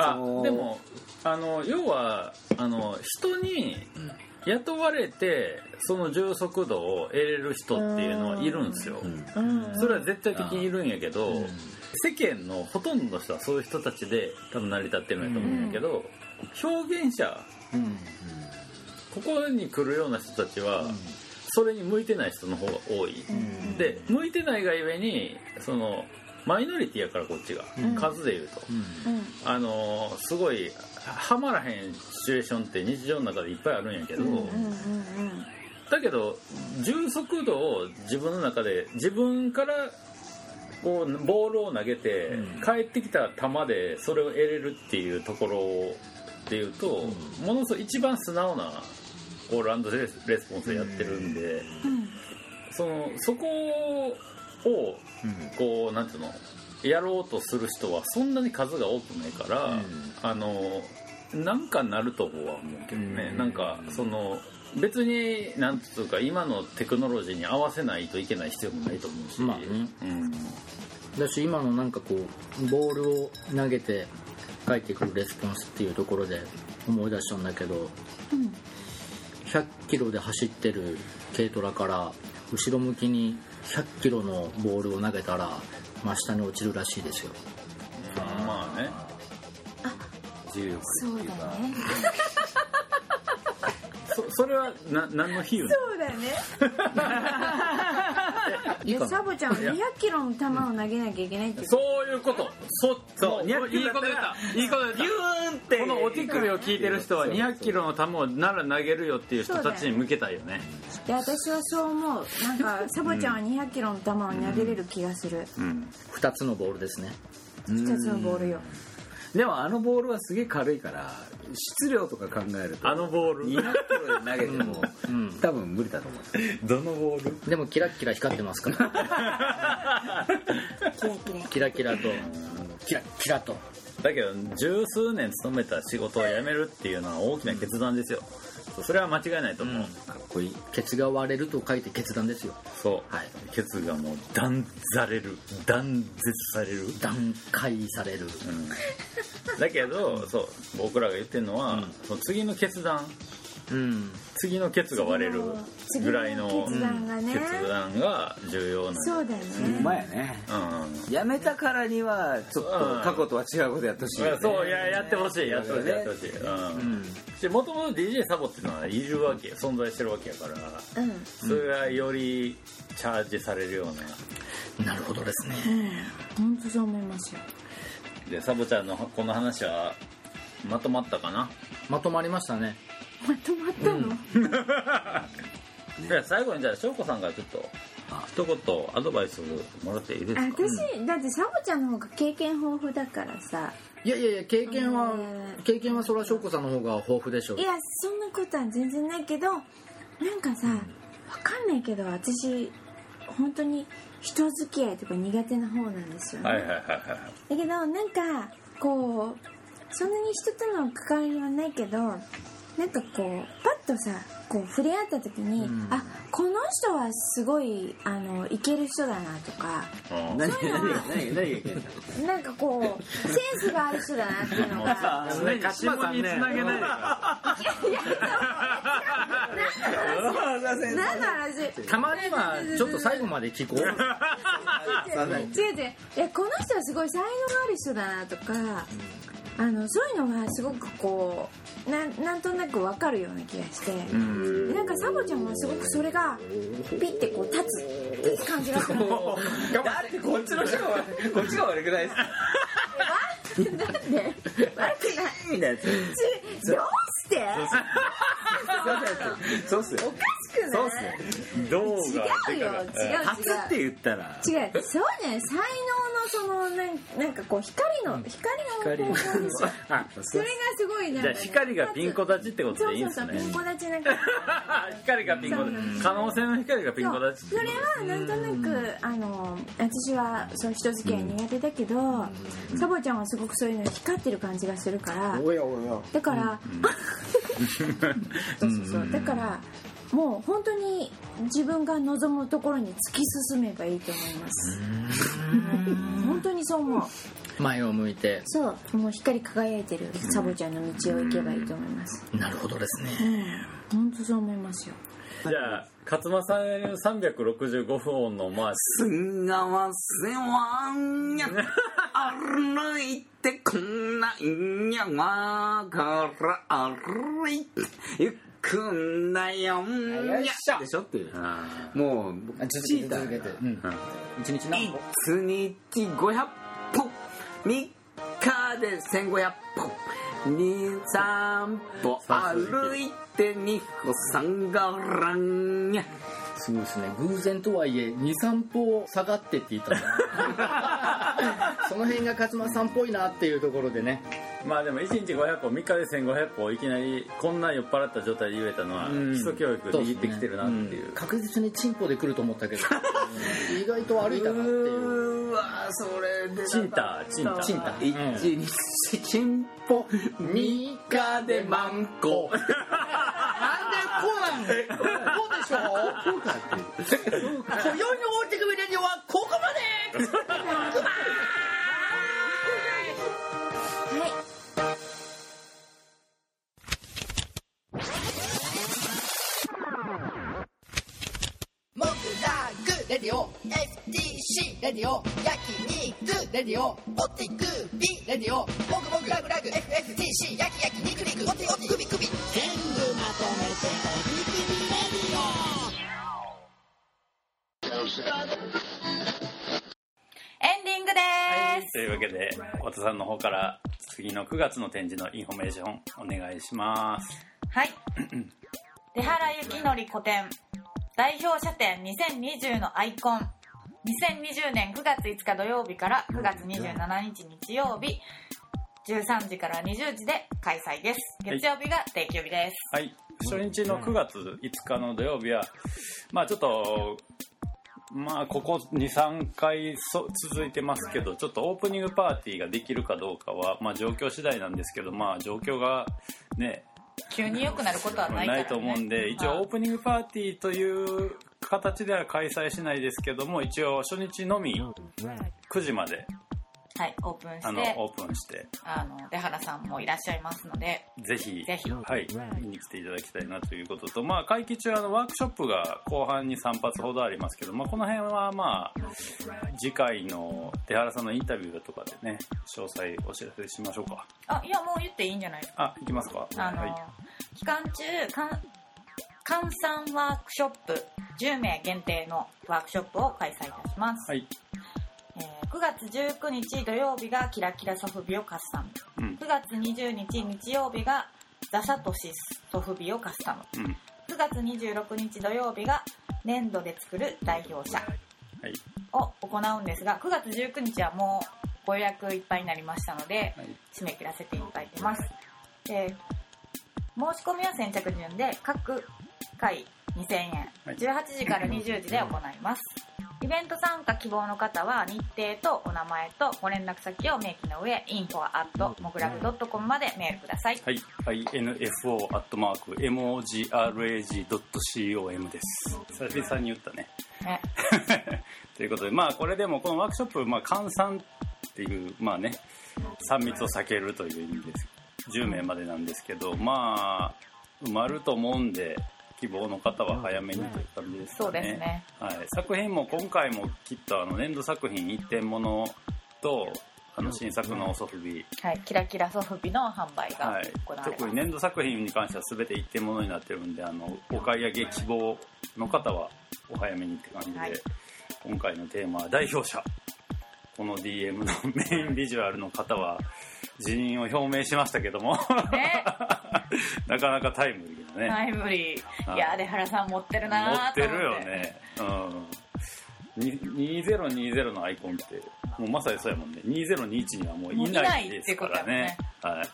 あ
その
でもあの要はあの人に雇われてその充足度を得れる人っていうのはいるんですよ、
ん
それは絶対的にいるんやけど、世間のほとんどの人はそういう人たちで多分成り立ってるんやと思うんやけど、表現者
うん
ここに来るような人たちは、それに向いてない人の方が多い、で向いてないがゆえにそのマイノリティやからこっちが、数で言うと、あのーすごいははまらへんシチュエーションって日常の中でいっぱいあるんやけど、だけど充足度を自分の中で自分からこうボールを投げて、返ってきた球でそれを得れるっていうところをっていうと、ものすごい一番素直なこうランドレスレスポンスでやってるんで、そのそこをこうなんていうのやろうとする人はそんなに数が多くないから、あのなんかなるとは思うけどね、
うん
なんかその別になんつうか今のテクノロジーに合わせないといけない必要もないと思うし、
まあね
うん
だし今のなんかこうボールを投げて返ってくるレスポンスっていうところで思い出したんだけど、100キロで走ってる軽トラから後ろ向きに100キロのボールを投げたら真下に落ちるらしいですよ
まあね
重力
そうだね
そそれはな何の比喩な
そうだね [laughs] いやサボちゃんは200キロの球を投げなきゃいけないって言
の
う
そういうことそそう
200キロ
いいこと言ったいいこと言った
ーンって
このお手首を聞いてる人は200キロの球をなら投げるよっていう人たちに向けたいよね
で私はそう思うなんかサボちゃんは200キロの球を投げれる気がする
うん
2つのボールですね
2つのボールよ
でもあのボールはすげえ軽いから質量とか考えると
あのボール
200キロで投げても
うん
多分無理だと思う
どのボール
でもキラッキラ光ってますから
キラキラ
キラキラとキラッキラと
だけど十数年勤めた仕事を辞めるっていうのは大きな決断ですよそうそれは間違いないと思う、
かっこいい
ケツが割れると書いて決断ですよ
そう、
はい
ケツがもう断ざれる断絶される
段階され
う
る
んだけどそう僕らが言ってるのは、その次の決断
うん
次のケツが割れるぐらいの
次の決断がね
決断が重要なんだ
そうだよ
う
ね
まいよね
うん
やめたからにはちょっと過去とは違うことやってほしいよね、
そういややってほしいやってほしい
ね
やってほしいうんでもともと DJ サボっていうのはいるわけ存在してるわけやから
うん
それがよりチャージされるような
なるほどですね
本当そう思いますよ
でサボちゃんのこの話はまとまったかな
まとまりましたね
まとまったの、
じゃあ最後にじゃあ翔子さんからちょっと一言アドバイスもらっていいですか
私、だってサボちゃんの方が経験豊富だからさ
いやいやいや経験は
うん
経験はそら翔子さんの方が豊富でしょう
いやそんなことは全然ないけどなんかさ、わかんないけど私本当に人付き合いとか苦手な方なんですよね、
はいはいはいはい
だけどなんかこうそんなに人との関わりはないけどなんかこうパッとさこう触れ合った時に、あこの人はすごいあのいける人だなとか
うん
何何何何何言ってんだ
なんかこうセンスがある人だなっていうのが
常に下につなげない
何の話
たまにはちょっと最後まで聞こう
違う違ういやこの人はすごい才能がある人だなとか、あのそういうのがすごくこうなんなんとなく分かるような気がして、なんかサボちゃんもすごくそれがピッてこう立つ立つ感じがする
ってこっちの人が悪いこっちが悪く [laughs] ないですか
なんで悪くない
みたいなやつ
どうして
そうっすよ
おかしくか
そ
な
うっすね銅が
違うよ
でかか
違う
初って言ったら
違うそうじゃない才能のそのなんなんかこう光の光の方向ですよ
あ
それがすごいなん
じ
か
ゃ
ね
あ光がピンコ立ちってこと
そ
で
う
いい
そ
ん
う
す
そう
ね
ピンコ立ちなんか
光がピンコ立ち可能性の光がピンコ立ち
それはなんとなくあの私はそう人付き合い苦手だけど、サボちゃんはすごくそういうの光ってる感じがするから
おやおや
だから、 [laughs] そうそうそうだからもう本当に自分が望むところに突き進めばいいと思います本当にそう思う
前を向いて
そうもう光り輝いてるサボちゃんの道を行けばいいと思います
なるほどです
う
ね
ん本当そう思いますよ
じゃあ勝間さんの365分音のまあ
すがわせはんや歩いてこないんやわから歩いて行くんだよんやでしょっていうもう僕
あ続
チ
け
ー
て
タ
続け
ー
て
が
うん一日何
一
歩
日500歩3日で1500歩23歩歩いて2歩3がらんや
すごいですね偶然とはいえ23歩下がってって言った
[laughs]
のその辺が勝間さんっぽいなっていうところでね
まあでも1日500歩3日で1500歩いきなりこんな酔っ払った状態で言えたのは基礎教育握ってきてるなっていう
うん確実にチンポで来ると思っ
[laughs]
たけど意外と歩いたなっていう
うわそれで
チンタチンタ
チンタ
一
うん
日チンポ三日でマンコ
なんでこうなんこうでしょこうかって今宵の大手組レディオはここまで
モグラグレディオ FTC レディオ焼肉レディオオティクビレディオモグモグラグラグ FFTC 焼き焼き肉肉オテオテクビクビ全部まとめておビクビレディオ
エンディングです。
というわけで太田さんの方から次の9月の展示のインフォメーションお願いします
はい。出原幸典個展代表者展2020のアイコン2020年9月5日土曜日から9月27日日曜日13時から20時で開催です
はい
月曜日が定休日です
はい初日の9月5日の土曜日はまあちょっとまあここ23回そ続いてますけどちょっとオープニングパーティーができるかどうかはまあ状況次第なんですけどまあ状況がね
急に良くなることはないから、ね、
ないと思うんで一応オープニングパーティーという形では開催しないですけども一応初日のみ9時まで
はいオープン
あ
し
の
て
オープンして
あの出原さんもいらっしゃいますので
ぜひ
ぜひ
はい、見に来ていただきたいなということと、まあ、会期中あのワークショップが後半に3発ほどありますけど、まあ、この辺は、まあ、次回の出原さんのインタビューだとかでね詳細お知らせしましょうか
あいやもう言っていいんじゃない
あ行きますか
あの、
はい、
期間中かん換算ワークショップ10名限定のワークショップを開催いたします、
はい
えー9月19日土曜日がキラキラソフビをカスタム
うん
9月20日日曜日がザサトシソフビをカスタム
うん
9月26日土曜日が粘土で作る代表者
はい
を行うんですが9月19日はもうご予約いっぱいになりましたので
はい
締め切らせていただいてますで申し込みは先着順で各回2000円
はい
18時から20時で行いますイベント参加希望の方は日程とお名前とご連絡先を明記の上 info.mograg.com までメールください
はい、info.mograg.com です。久々に言ったね。
ね
ということで、まあこれでもこのワークショップ、まあ換算っていう、まあね、3密を避けるという意味です。10名までなんですけど、まあ、埋まると思うんで、希望の方は早めにという感じですかね。
そうですね
はい、作品も今回もきっとあの年度作品一点ものと、あの新作のソフビ
はいキラキラソフビの販売が
はい
行われます、
特に年度作品に関しては全て一点ものになってるんであのお買い上げ希望の方はお早めにって感じで、
はい
今回のテーマは代表者この [laughs] DM のメインビジュアルの方は辞任を表明しましたけども [laughs]
ね
なかなかタイムリーだね、
[laughs] タイムリ
はい
ーいやー出原さん持ってるなーと
持って
思って
るよね、うん、に2020のアイコンってもうまさにそうやもんね2021にはもういないですからねはい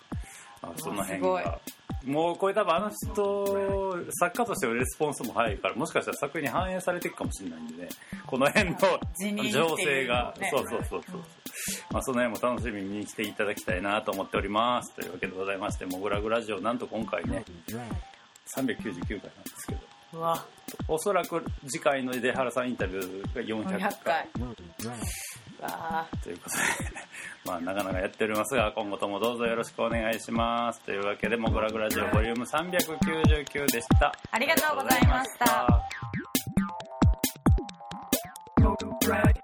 あその辺
うわす
がもうこれ多分あの人作家としてのレスポンスも早いからもしかしたら作品に反映されていくかもしれないんでねこの辺の
辞任っていうのも
情
ね
勢が、そうそうそうそう、まあ、その辺も楽しみに来ていただきたいなと思っておりますというわけでございまして「もぐらぐラジオ」なんと今回ね399回なんですけど
うわ
おそらく次回の出原さんインタビューが400
400
回
回うわ
ということで、 [laughs] まあ、なかなかやっておりますが、今後ともどうぞよろしくお願いします。というわけで、もぐらぐラジオボリューム399でした。
ありがとうございました
ありがとうございました。